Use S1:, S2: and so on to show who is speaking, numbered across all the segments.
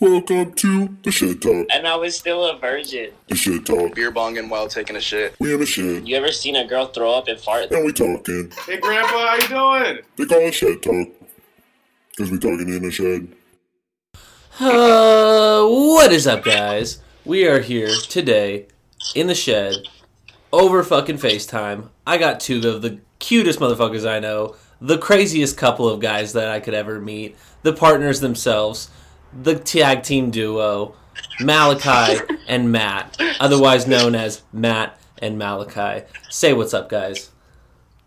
S1: Welcome to the shit talk.
S2: And I was still a virgin.
S1: The shit talk.
S3: beer bonging while taking a shit.
S1: We in the shit.
S2: You ever seen a girl throw up and fart?
S1: And we talking.
S4: Hey, Grandpa, how you doing?
S1: They call it shit talk. Cause we talking in the shed.
S5: Uh, what is up, guys? We are here today in the shed over fucking FaceTime. I got two of the cutest motherfuckers I know, the craziest couple of guys that I could ever meet, the partners themselves, the tag team duo, Malachi and Matt, otherwise known as Matt and Malachi. Say what's up, guys.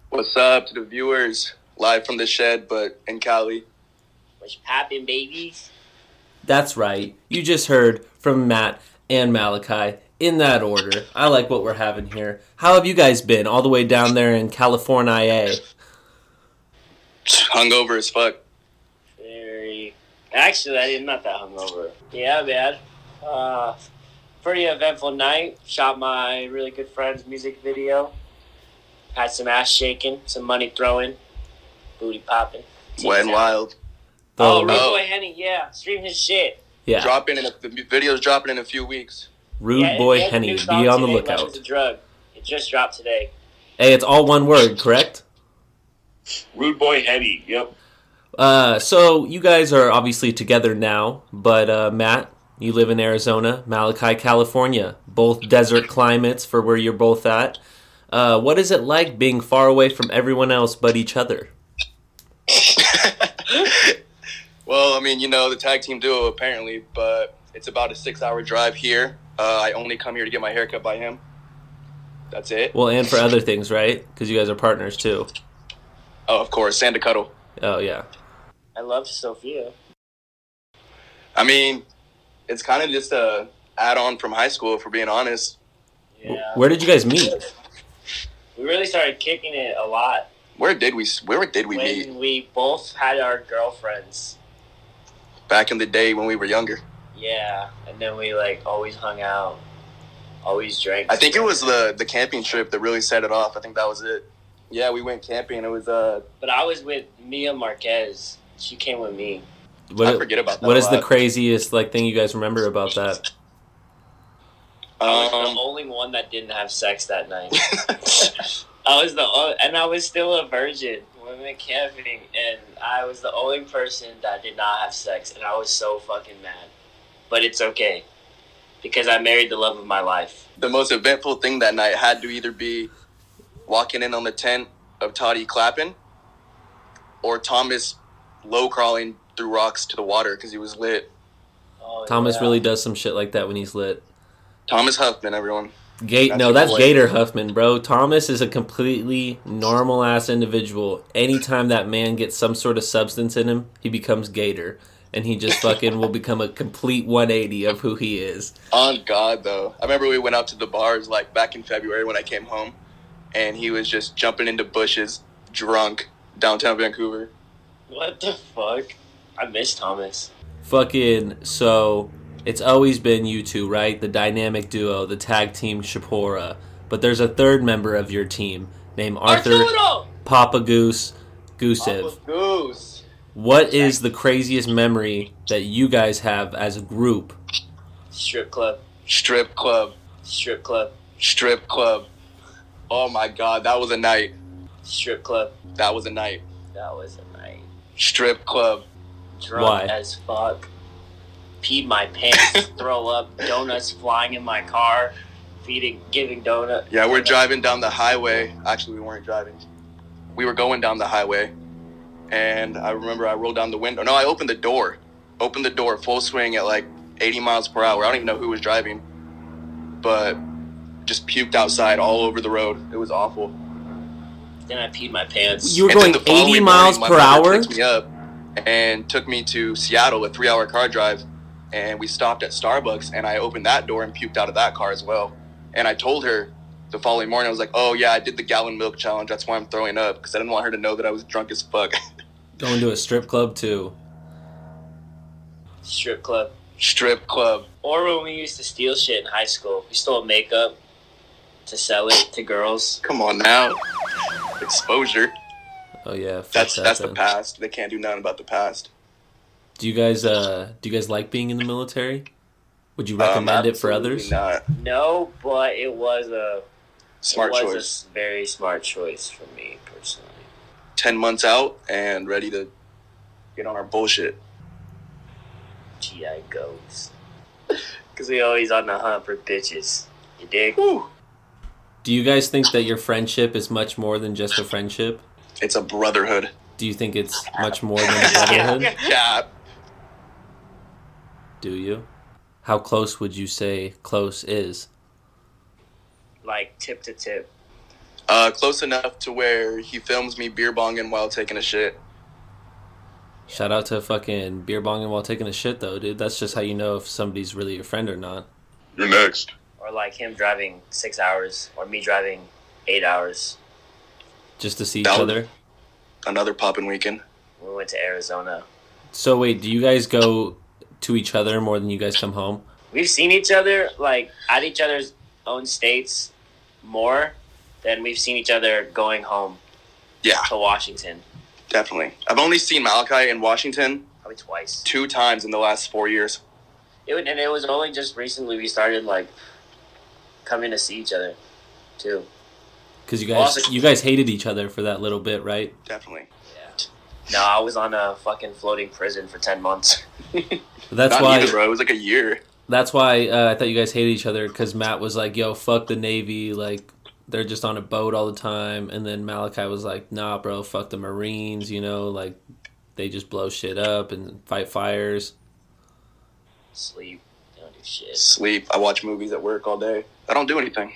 S3: What's up to the viewers? Live from the shed, but in Cali.
S2: What's poppin', babies?
S5: That's right. You just heard from Matt and Malachi in that order. I like what we're having here. How have you guys been all the way down there in California?
S3: Hungover as fuck.
S2: Very. Actually, I did not that hungover. Yeah, man. Uh, pretty eventful night. Shot my really good friend's music video. Had some ass shaking, some money throwing, booty popping.
S3: Went wild.
S2: Oh,
S5: The
S2: Rude
S3: Oh.
S2: Boy Henny, yeah. Stream his shit.
S5: yeah,
S3: Dropping in a, the video's dropping in a few weeks.
S5: Rude
S2: Yeah,
S5: Boy
S2: he has a
S5: Henny.
S2: new song
S5: Be on the
S2: today, Love
S5: lookout.
S2: is a drug. It just dropped today.
S5: Hey, it's all one word, correct?
S6: Rude boy Eddie. Yep.
S5: Uh, so you guys are obviously together now, but uh, Matt, you live in Arizona, Malachi, California, both desert climates for where you're both at. Uh, what is it like being far away from everyone else but each other?
S3: Well, I mean, you know, the tag team duo apparently, but it's about a six hour drive here. Uh, I only come here to get my haircut by him. That's it.
S5: Well, and for other things, right? Because you guys are partners too.
S3: Oh, of course, and a cuddle.
S5: Oh yeah.
S2: I love Sophia.
S3: I mean, it's kind of just a add on from high school, if we're being honest.
S5: W-
S2: Yeah.
S5: Where did you guys meet?
S2: We really started kicking it a lot
S3: Where did we where did we
S2: when
S3: meet
S2: we both had our girlfriends.
S3: back in the day when we were younger?
S2: Yeah, and then we like always hung out, always drank.
S3: I think it was the the camping trip that really set it off. I think that was it. Yeah, we went camping. It was uh,
S2: But I was with Mia Marquez. She came with me.
S3: I
S5: What,
S3: forget about that.
S5: what
S3: a
S5: is the
S3: lot.
S5: craziest like thing you guys remember about that?
S2: I was
S3: Um,
S2: the only one that didn't have sex that night. I was the o- and I was still a virgin. when We went camping, and I was the only person that did not have sex, and I was so fucking mad. But it's okay, because I married the love of my life.
S3: the most eventful thing that night had to either be walking in on the tent of Toddy Clappin or Thomas low crawling through rocks to the water because he was lit.
S2: Oh,
S5: Thomas
S2: yeah.
S5: really does some shit like that when he's lit.
S3: Thomas Huffman, everyone.
S5: Gate
S3: That's
S5: no, that's
S3: the way.
S5: Gator Huffman, bro. Thomas is a completely normal ass individual. Anytime that man gets some sort of substance in him, he becomes Gator. And he just fucking will become a complete 180 of who he is.
S3: On God, though. I remember we went out to the bars like back in February when I came home and he was just jumping into bushes, drunk, downtown Vancouver.
S2: What the fuck? I miss Thomas.
S5: Fucking so it's always been you two, right? The dynamic duo, the tag team Shapora. But there's a third member of your team named Arthur
S2: Arturo!
S5: Papa Goose Gusev.
S3: Papa Goose.
S5: What is the craziest memory that you guys have as a group?
S2: Strip club.
S3: Strip club.
S2: Strip club.
S3: Strip club. Oh my God, that was a night.
S2: Strip club.
S3: That was a night.
S2: That was a night.
S3: Strip club.
S2: Drunk
S5: Why?
S2: as fuck. Peed my pants. throw up. Donuts flying in my car. Feeding, giving donut.
S3: Yeah, we're driving down the highway. Actually, we weren't driving. We were going down the highway, and I remember I rolled down the window. No, I opened the door. Opened the door, full swing at like 80 miles per hour. I don't even know who was driving, but just puked outside all over the road. It was awful.
S2: Then I peed my pants.
S5: You were
S3: And then
S5: going
S3: the
S5: 80
S3: following
S5: miles
S3: morning,
S5: per
S3: my mother
S5: hour?
S3: Picked me up and took me to Seattle, a three-hour car drive, and we stopped at Starbucks. And I opened that door and puked out of that car as well. And I told her the following morning, I was like, "Oh yeah, I did the gallon milk challenge. That's why I'm throwing up because I didn't want her to know that I was drunk as fuck."
S5: Going to a strip club too.
S2: Strip club.
S3: Strip club.
S2: Or when we used to steal shit in high school. We stole makeup to sell it to girls.
S3: Come on now, exposure.
S5: Oh yeah, fuck
S3: That's
S5: that
S3: that's the
S5: then.
S3: past. They can't do nothing about the past.
S5: Do you guys uh do you guys like being in the military? Would you
S3: Um,
S5: recommend it for
S3: absolutely
S5: others?
S3: Not
S2: No, but it was a
S3: smart
S2: it was
S3: choice.
S2: a very smart choice for me personally.
S3: Ten months out and ready to get on our bullshit.
S2: GI goes because we always on the hunt for bitches. You dig?
S3: Whew.
S5: Do you guys think that your friendship is much more than just a friendship?
S3: It's a brotherhood.
S5: Do you think it's much more than a brotherhood?
S3: Yeah,
S5: Do you? How close would you say close is?
S2: Like tip to tip.
S3: uh, close enough to where he films me beer bonging while taking a shit.
S5: Shout out to fucking beer bonging while taking a shit though, dude. That's just how you know if somebody's really your friend or not.
S6: You're next.
S2: or like him driving six hours or me driving eight hours.
S5: Just to see each
S3: Down.
S5: other.
S3: Another poppin' weekend.
S2: We went to Arizona.
S5: So wait, do you guys go to each other more than you guys come home?
S2: We've seen each other like at each other's own states more than we've seen each other going home
S3: Yeah,
S2: to Washington.
S3: definitely. I've only seen Malachi in Washington
S2: Probably twice.
S3: two times in the last four years.
S2: It, would- and it was only just recently we started like coming to see each other too.
S5: Because you
S2: Well,
S5: guys
S2: also-
S5: you guys hated each other for that little bit, right?
S3: Definitely.
S2: Yeah. No, I was on a fucking floating prison for ten months.
S5: That's
S3: Not
S5: why
S3: neither, bro. It was like a year.
S5: That's why uh, I thought you guys hated each other because Matt was like, "Yo, fuck the Navy," like they're just on a boat all the time, and then Malachi was like, "Nah, bro, fuck the Marines," you know, like they just blow shit up and fight fires.
S2: Sleep. Don't do shit.
S3: Sleep. I watch movies at work all day. I don't do anything.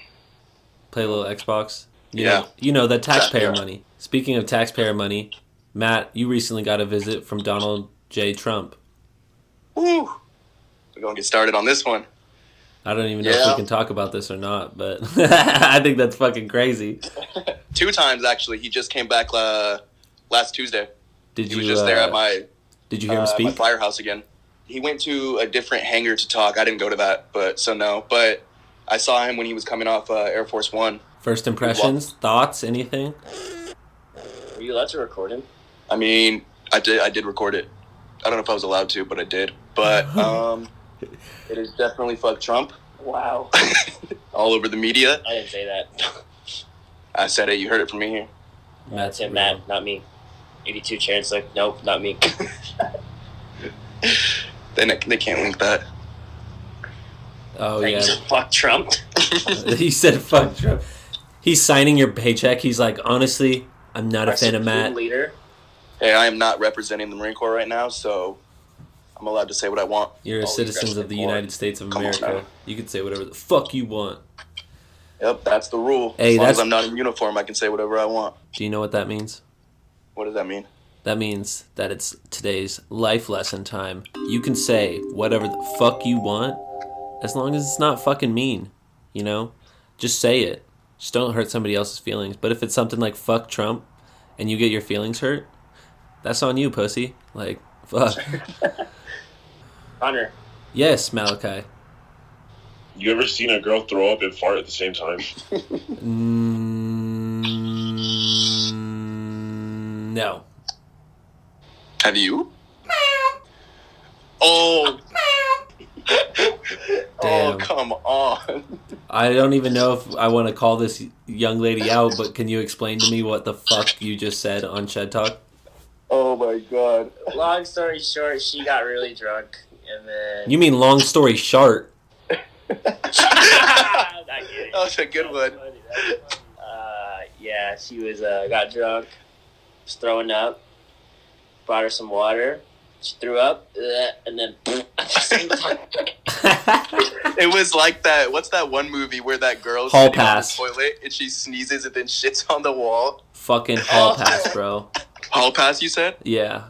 S5: play a little Xbox. You
S3: Yeah.
S5: know, you know that taxpayer
S3: Yeah.
S5: money. Speaking of taxpayer money, Matt, you recently got a visit from Donald J. Trump.
S3: Woo! We're gonna get started on this one.
S5: I don't even know if we
S3: Yeah.
S5: can talk about this or not, but I think that's fucking crazy.
S3: Two times actually. He just came back uh, last Tuesday.
S5: Did
S3: He
S5: you
S3: was just there
S5: uh,
S3: at my
S5: Did you hear him
S3: uh, my
S5: speak?
S3: firehouse again. He went to a different hangar to talk. I didn't go to that, but so no. But I saw him when he was coming off uh, Air Force One.
S5: First impressions, thoughts, anything?
S2: Were you allowed to record him?
S3: I mean, I did I did record it. I don't know if I was allowed to, but I did. But um, it is definitely fuck Trump
S2: Wow.
S3: all over the media.
S2: I didn't say that.
S3: I said it. You heard it from me here.
S2: That's him, Matt, not me. 82 chance, like, nope, not me.
S3: Then it, they can't link that.
S5: Oh
S2: Like,
S5: yeah,
S2: Fuck Trump.
S5: he said fuck Trump. He's signing your paycheck. He's like, honestly, I'm not a
S2: Our
S5: fan of
S2: supreme
S5: Matt.
S2: Leader.
S3: Hey, I am not representing the Marine Corps right now, so I'm allowed to say what I want.
S5: You're a
S3: Always
S5: citizen of the
S3: representing Corps.
S5: United States of
S3: Come on,
S5: America.
S3: Matt.
S5: You can say whatever the fuck you want.
S3: Yep, that's the rule.
S5: Hey,
S3: as long as
S5: that's-
S3: I'm not in uniform, I can say whatever I want.
S5: Do you know what that means?
S3: What does that mean?
S5: That means that it's today's life lesson time. You can say whatever the fuck you want as long as it's not fucking mean, you know? Just say it. Just don't hurt somebody else's feelings. But if it's something like fuck Trump and you get your feelings hurt, that's on you, pussy. Like, fuck.
S2: Connor,
S5: yes, Malachi.
S6: You ever seen a girl throw up and fart at the same time?
S5: Mm, no.
S3: Have you? Oh.
S5: Damn.
S3: Oh, come on.
S5: I don't even know if I want to call this young lady out, but can you explain to me what the fuck you just said on Shed Talk?
S3: Oh my god.
S2: long story short, she got really drunk. And then.
S5: You mean long story short?
S2: Ah, not kidding.
S3: That was a good one.
S2: That's funny, that's funny. Uh, yeah, she was uh, got drunk, was throwing up, brought her some water. She threw up, bleh, and then at the same time.
S3: It was like that. What's that one movie where that girl's
S5: Hall
S3: sitting on the
S5: pass.
S3: toilet and she sneezes and then shits on the wall?
S5: fucking hall pass, bro.
S3: Hall pass, you said?
S5: Yeah,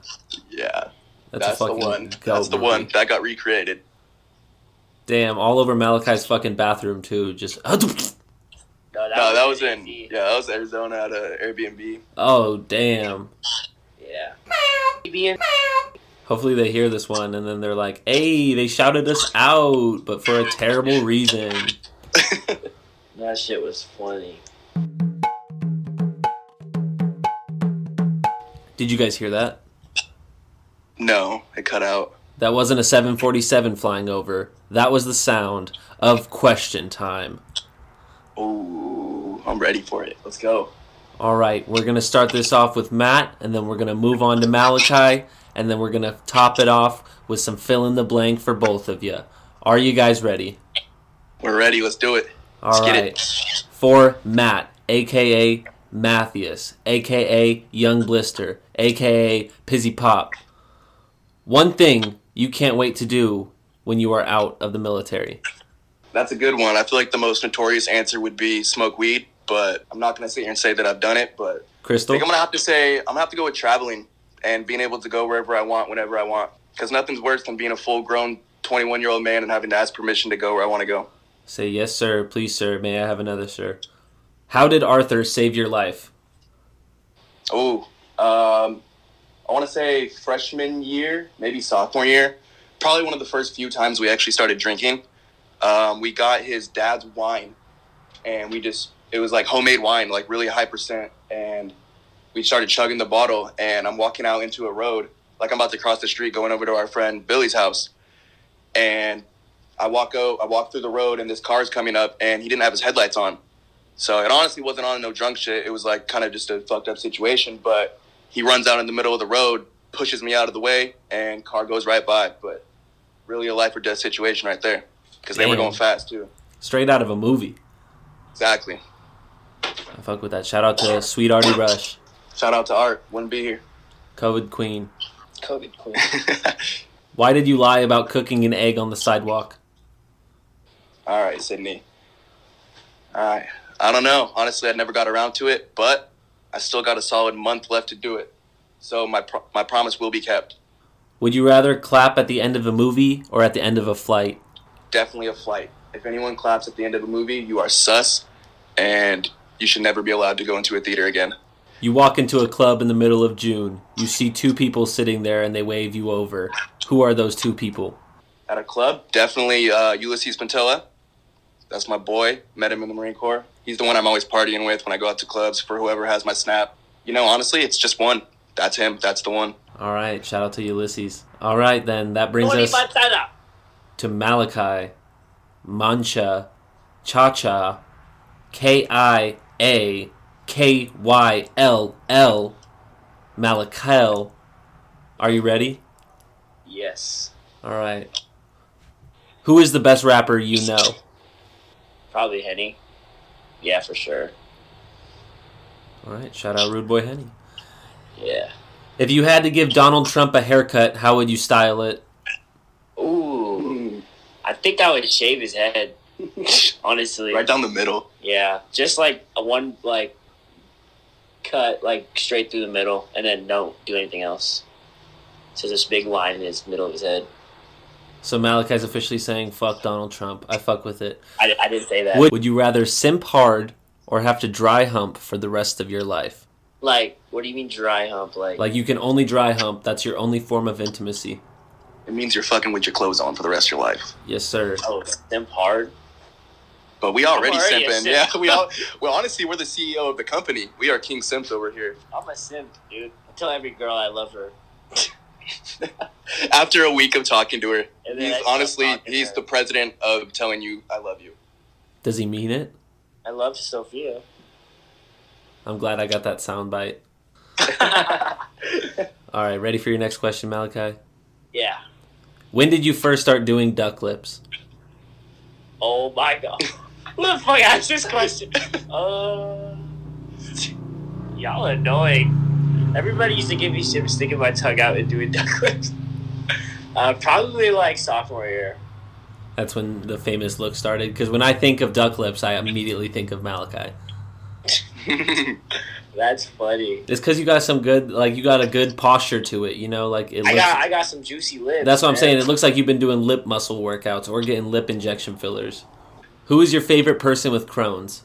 S3: Yeah,
S5: that's, a
S3: the
S5: fucking
S3: one.
S5: go,
S3: That's the
S5: movie.
S3: one that got recreated.
S5: Damn, all over Malachi's fucking bathroom too. Just
S2: No, that,
S3: No, that was
S2: in
S3: in yeah, that was Arizona at a Airbnb.
S5: oh damn.
S2: Yeah. Being-
S5: Hopefully they hear this one and then they're like, "Hey, they shouted us out, but for a terrible reason."
S2: That shit was funny.
S5: Did you guys hear that?
S3: No, it cut out.
S5: That wasn't a 747 flying over. That was the sound of question time.
S3: Ooh, I'm ready for it. Let's go.
S5: All right, we're going to start this off with Matt, and then we're going to move on to Malachi, and then we're going to top it off with some fill in the blank for both of you. Are you guys ready?
S3: We're ready. Let's do it.
S5: All
S3: Let's
S5: right,
S3: get it.
S5: For Matt, aka Matthias, aka Young Blister, aka Pizzy Pop. One thing you can't wait to do when you are out of the military.
S3: That's a good one. I feel like the most notorious answer would be smoke weed, but I'm not gonna sit here and say that I've done it. But I
S5: Crystal?
S3: think I'm gonna have to say I'm gonna have to go with traveling and being able to go wherever I want, whenever I want. Because nothing's worse than being a full-grown 21-year-old man and having to ask permission to go where I want to go.
S5: Say yes, sir. Please, sir. May I have another, sir? How did Arthur save your life?
S3: Oh, um, I want to say freshman year, maybe sophomore year. Probably one of the first few times we actually started drinking. Um, we got his dad's wine, and we just it was like homemade wine, like really high percent. And we started chugging the bottle. And I'm walking out into a road, like I'm about to cross the street, going over to our friend Billy's house. And I walk out, I walk through the road, and this car's coming up, and he didn't have his headlights on. So it honestly wasn't on no drunk shit. It was like kind of just a fucked up situation. But he runs out in the middle of the road, pushes me out of the way, and car goes right by. But really a life or death situation right there because they were
S5: Damn.
S3: going fast too.
S5: Straight out of a movie.
S3: Exactly.
S5: I fuck with that. Shout out to Sweet Artie Rush,
S3: Shout out to Art. Wouldn't be here.
S5: COVID Queen.
S2: COVID queen.
S5: Why did you lie about cooking an egg on the sidewalk?
S3: All right, Sydney. All right. I don't know. Honestly, I never got around to it, but I still got a solid month left to do it. So my pro- my promise will be kept.
S5: Would you rather clap at the end of a movie or at the end of a flight?
S3: definitely a flight. If anyone claps at the end of a movie, you are sus, and you should never be allowed to go into a theater again.
S5: You walk into a club in the middle of June. You see two people sitting there and they wave you over. Who are those two people?
S3: At a club, definitely uh, Ulysses Pantoa. That's my boy. Met him in the Marine Corps. He's the one I'm always partying with when I go out to clubs for whoever has my snap. You know, honestly, it's just one. That's him. That's the one.
S5: All right, shout out to Ulysses. All right, then that brings
S2: Tony
S5: us
S2: Montana.
S5: to Malachi, Mancha, Cha Cha, K I A K Y L L, Malakel. Are you ready?
S2: Yes.
S5: All right. Who is the best rapper you know?
S2: Probably Henny. Yeah, for sure.
S5: All right, shout out Rude Boy Henny.
S2: Yeah.
S5: If you had to give Donald Trump a haircut, how would you style it?
S3: Hmm.
S2: Ooh. I think I would shave his head. Honestly.
S3: Right down the middle.
S2: Yeah. Just like a one like cut like straight through the middle and then don't do anything else. So this big line in his middle of his head.
S5: So Malachi's officially saying, fuck Donald Trump. I fuck with it.
S2: I, I didn't say that.
S5: Would, would you rather simp hard or have to dry hump for the rest of your life?
S2: like, what do you mean dry hump? Like,
S5: Like you can only dry hump. That's your only form of intimacy.
S3: It means you're fucking with your clothes on for the rest of your life.
S5: Yes, sir.
S2: oh, simp hard?
S3: But we already,
S2: already a
S3: simping.
S2: simp.
S3: Yeah, we all. Well, honestly, we're the CEO of the company. We are king simps over here.
S2: I'm a simp, dude. I tell every girl I love her.
S3: After a week of talking to her,
S2: And then I
S3: He's
S2: stop
S3: honestly,
S2: talking to
S3: he's
S2: her.
S3: the president of telling you I love you.
S5: Does he mean it?
S2: I love Sophia.
S5: I'm glad I got that sound bite. All right, ready for your next question, Malachi?
S2: Yeah.
S5: When did you first start doing duck lips?
S2: Oh my god. Who the fuck asked this question? Uh, y'all annoying. Everybody used to give me shit for sticking my tongue out and doing duck lips. Uh, probably like sophomore year.
S5: That's when the famous look started. Because when I think of duck lips, I immediately think of Malachi.
S2: That's funny.
S5: It's because you got some good, like you got a good posture to it. You know, like it. Looks,
S2: I got I got some juicy lips.
S5: that's what I'm
S2: man.
S5: saying. It looks like you've been doing lip muscle workouts or getting lip injection fillers. Who is your favorite person with Crohn's?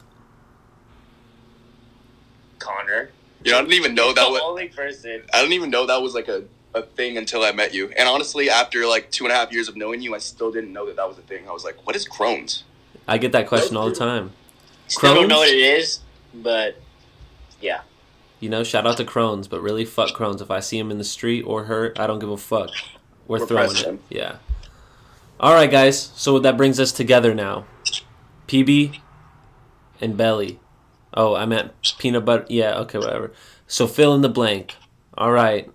S2: Connor.
S3: You know, I didn't even know that
S2: the
S3: was.
S2: only person.
S3: I didn't even know that was like a, a thing until I met you. And honestly, after like two and a half years of knowing you, I still didn't know that that was a thing. I was like, what is Crohn's?
S5: I get that question all the time.
S2: Still
S5: Crohn's?
S2: don't know what it is, but
S5: You know, shout out to Crohn's, but really fuck Crohn's. If I see him in the street or her, I don't give a fuck. We're,
S3: We're
S5: throwing
S3: pressing
S5: it.
S3: him.
S5: Yeah. All right, guys. So that brings us together now. PB and Belly. Oh, I meant peanut butter. Yeah, okay, whatever. So fill in the blank. All right.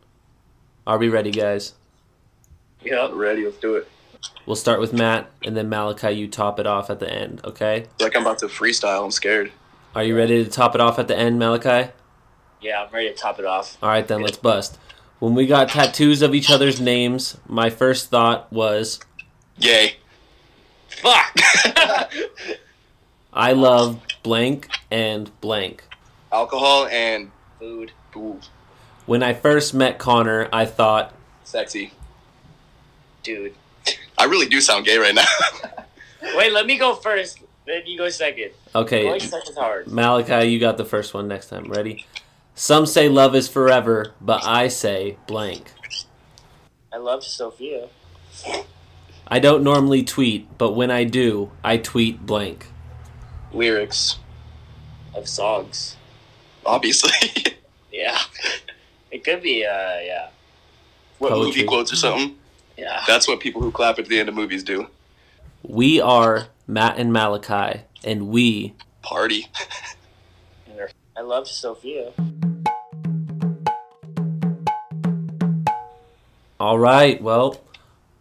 S5: Are we ready, guys?
S2: Yep.
S3: Ready? Let's do it.
S5: We'll start with Matt, and then Malachi, you top it off at the end, okay?
S3: Like I'm about to freestyle. I'm scared.
S5: Are you ready to top it off at the end, Malachi?
S2: Yeah, I'm ready to top it off.
S5: All right, then let's bust. When we got tattoos of each other's names, my first thought was
S3: Yay.
S2: Fuck.
S5: I love blank and blank.
S3: Alcohol and
S2: Food.
S3: ooh,
S5: When I first met Connor, I thought
S3: sexy.
S2: Dude.
S3: I really do sound gay right now.
S2: Wait, let me go first. Then you go second. Going
S5: Okay,
S2: second is hard.
S5: Malachi, you got the first one next time. Ready? Some say love is forever, but I say blank.
S2: I love Sophia.
S5: I don't normally tweet, but when I do, I tweet blank.
S3: Lyrics,
S2: Of songs.
S3: obviously.
S2: Yeah. It could be, uh, yeah.
S3: what
S5: Poetry.
S3: movie quotes or something?
S2: Yeah.
S3: That's what people who clap at the end of movies do.
S5: We are Matt and Malachi, and we
S3: Party.
S2: I love Sophia.
S5: All right. Well,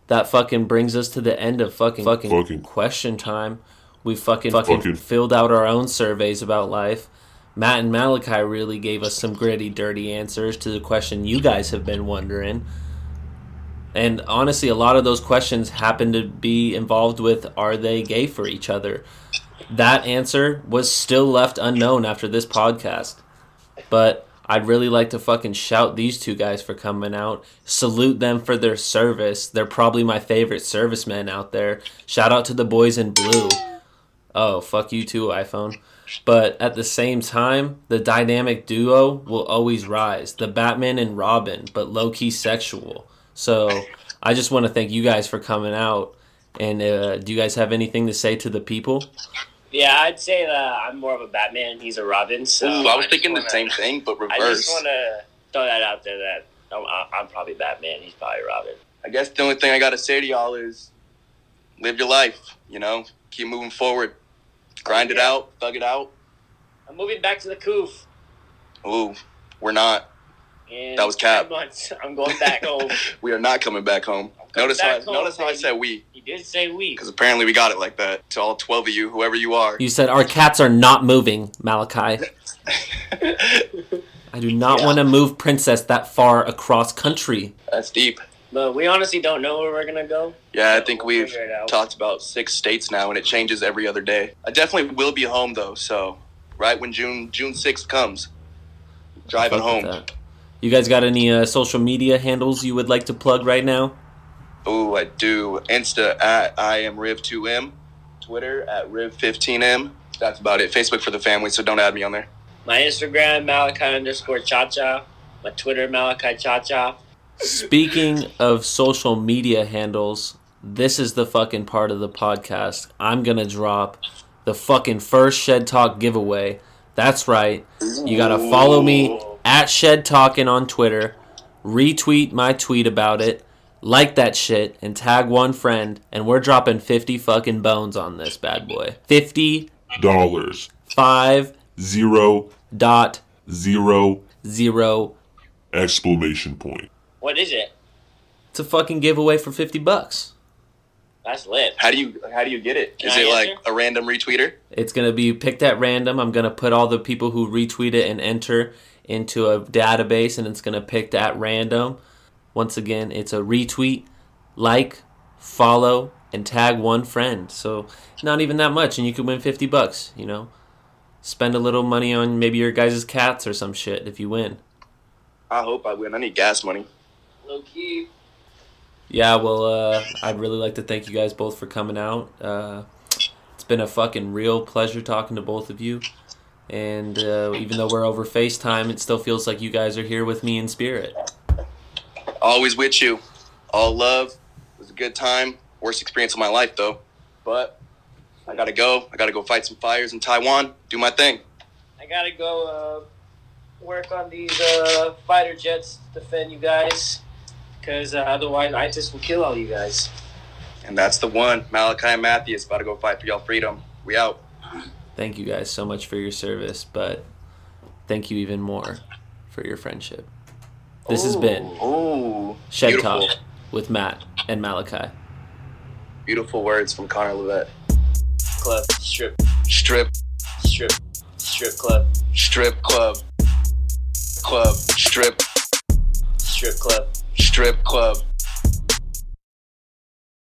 S5: that fucking brings us to the end of fucking fucking,
S1: Fucking.
S5: question time. We fucking, fucking
S1: Fucking.
S5: filled out our own surveys about life. Matt and Malachi really gave us some gritty, dirty answers to the question you guys have been wondering. And honestly, a lot of those questions happen to be involved with are they gay for each other? That answer was still left unknown after this podcast. But I'd really like to fucking shout these two guys for coming out. Salute them for their service. They're probably my favorite servicemen out there. Shout out to the boys in blue. Oh, fuck you too, iPhone. But at the same time, the dynamic duo will always rise. The Batman and Robin, but low key sexual. So I just want to thank you guys for coming out. And uh, do you guys have anything to say to the people?
S2: Yeah, I'd say that I'm more of a Batman. He's a Robin. So
S3: Ooh, I was
S2: just
S3: thinking the
S2: wanna-
S3: same thing, but
S2: I
S3: reverse. I,
S2: just want to throw that out there that I'm, I- I'm probably Batman. He's probably Robin.
S3: guess the only thing I gotta say to y'all is live your life, you know? Keep moving forward. Grind it
S2: Yeah.
S3: out, thug it out.
S2: I'm moving back to the coof.
S3: Ooh, we're not.
S2: in
S3: That was cap.
S2: five Months. I'm going back home.
S3: We are not coming back home.
S2: I'm coming
S3: Notice,
S2: back
S3: how,
S2: home,
S3: notice how I
S2: baby.
S3: said we,
S2: He did say we.
S3: because apparently we got it like that. To all 12 of you, whoever you are.
S5: You said our cats are not moving, Malachi. I do not
S3: Yeah.
S5: want to move Princess that far across country.
S3: That's deep.
S2: But we honestly don't know where we're gonna go.
S3: Yeah, I
S2: Yeah,
S3: think
S2: we'll
S3: we've
S2: figure it out.
S3: talked about six states now, and it changes every other day. I definitely will be home though, so right when June June sixth comes, driving
S5: Fuck with
S3: home.
S5: that. You guys got any uh, social media handles you would like to plug right now?
S3: Oh, I do. Insta at I am Riv2M, Twitter at Riv15M. That's about it. Facebook for the family, so don't add me on there.
S2: My Instagram Malachi underscore Cha Cha. My Twitter Malachi Cha Cha.
S5: Speaking of social media handles, this is the fucking part of the podcast. I'm going to drop the fucking first Shed Talk giveaway. That's right. You got to follow me at Shed Talking on Twitter, retweet my tweet about it, like that shit, and tag one friend, and we're dropping 50 fucking bones on this bad boy. Fifty
S1: Dollars.
S5: five
S1: Zero.
S5: dot
S1: Zero.
S5: zero
S1: Exclamation point.
S2: What is it?
S5: It's a fucking giveaway for 50 bucks.
S2: That's lit.
S3: How do you how do you get it?
S2: Can
S3: Is
S2: I
S3: it like
S2: answer?
S3: a random retweeter?
S5: It's going to be picked at random. I'm going to put all the people who retweet it and enter into a database and it's going to pick at random. Once again, it's a retweet, like, follow, and tag one friend. So, not even that much and you could win 50 bucks, you know. Spend a little money on maybe your guys' cats or some shit if you win.
S3: I hope I win. I need gas money.
S2: Low key.
S5: Yeah, well, uh, I'd really like to thank you guys both for coming out. Uh, it's been a fucking real pleasure talking to both of you. And uh, even though we're over FaceTime, it still feels like you guys are here with me in spirit.
S3: Always with you. All love. It was a good time. Worst experience of my life though. But I gotta go. I gotta go fight some fires in Taiwan. Do my thing.
S2: I gotta go. Uh, work on these uh, fighter jets to defend you guys, because uh, otherwise ITIS will kill all you guys.
S3: And that's the one. Malachi Matthews about to go fight for y'all freedom. We out.
S5: Thank you guys so much for your service, but thank you even more for your friendship. This has been
S3: Ooh. Oh,
S5: Shed
S3: beautiful.
S5: Talk with Matt and Malachi.
S3: Beautiful words from Connor Levette.
S2: Club, strip,
S3: Strip,
S2: strip, strip club,
S3: strip club. Club, strip,
S2: strip club,
S3: strip club.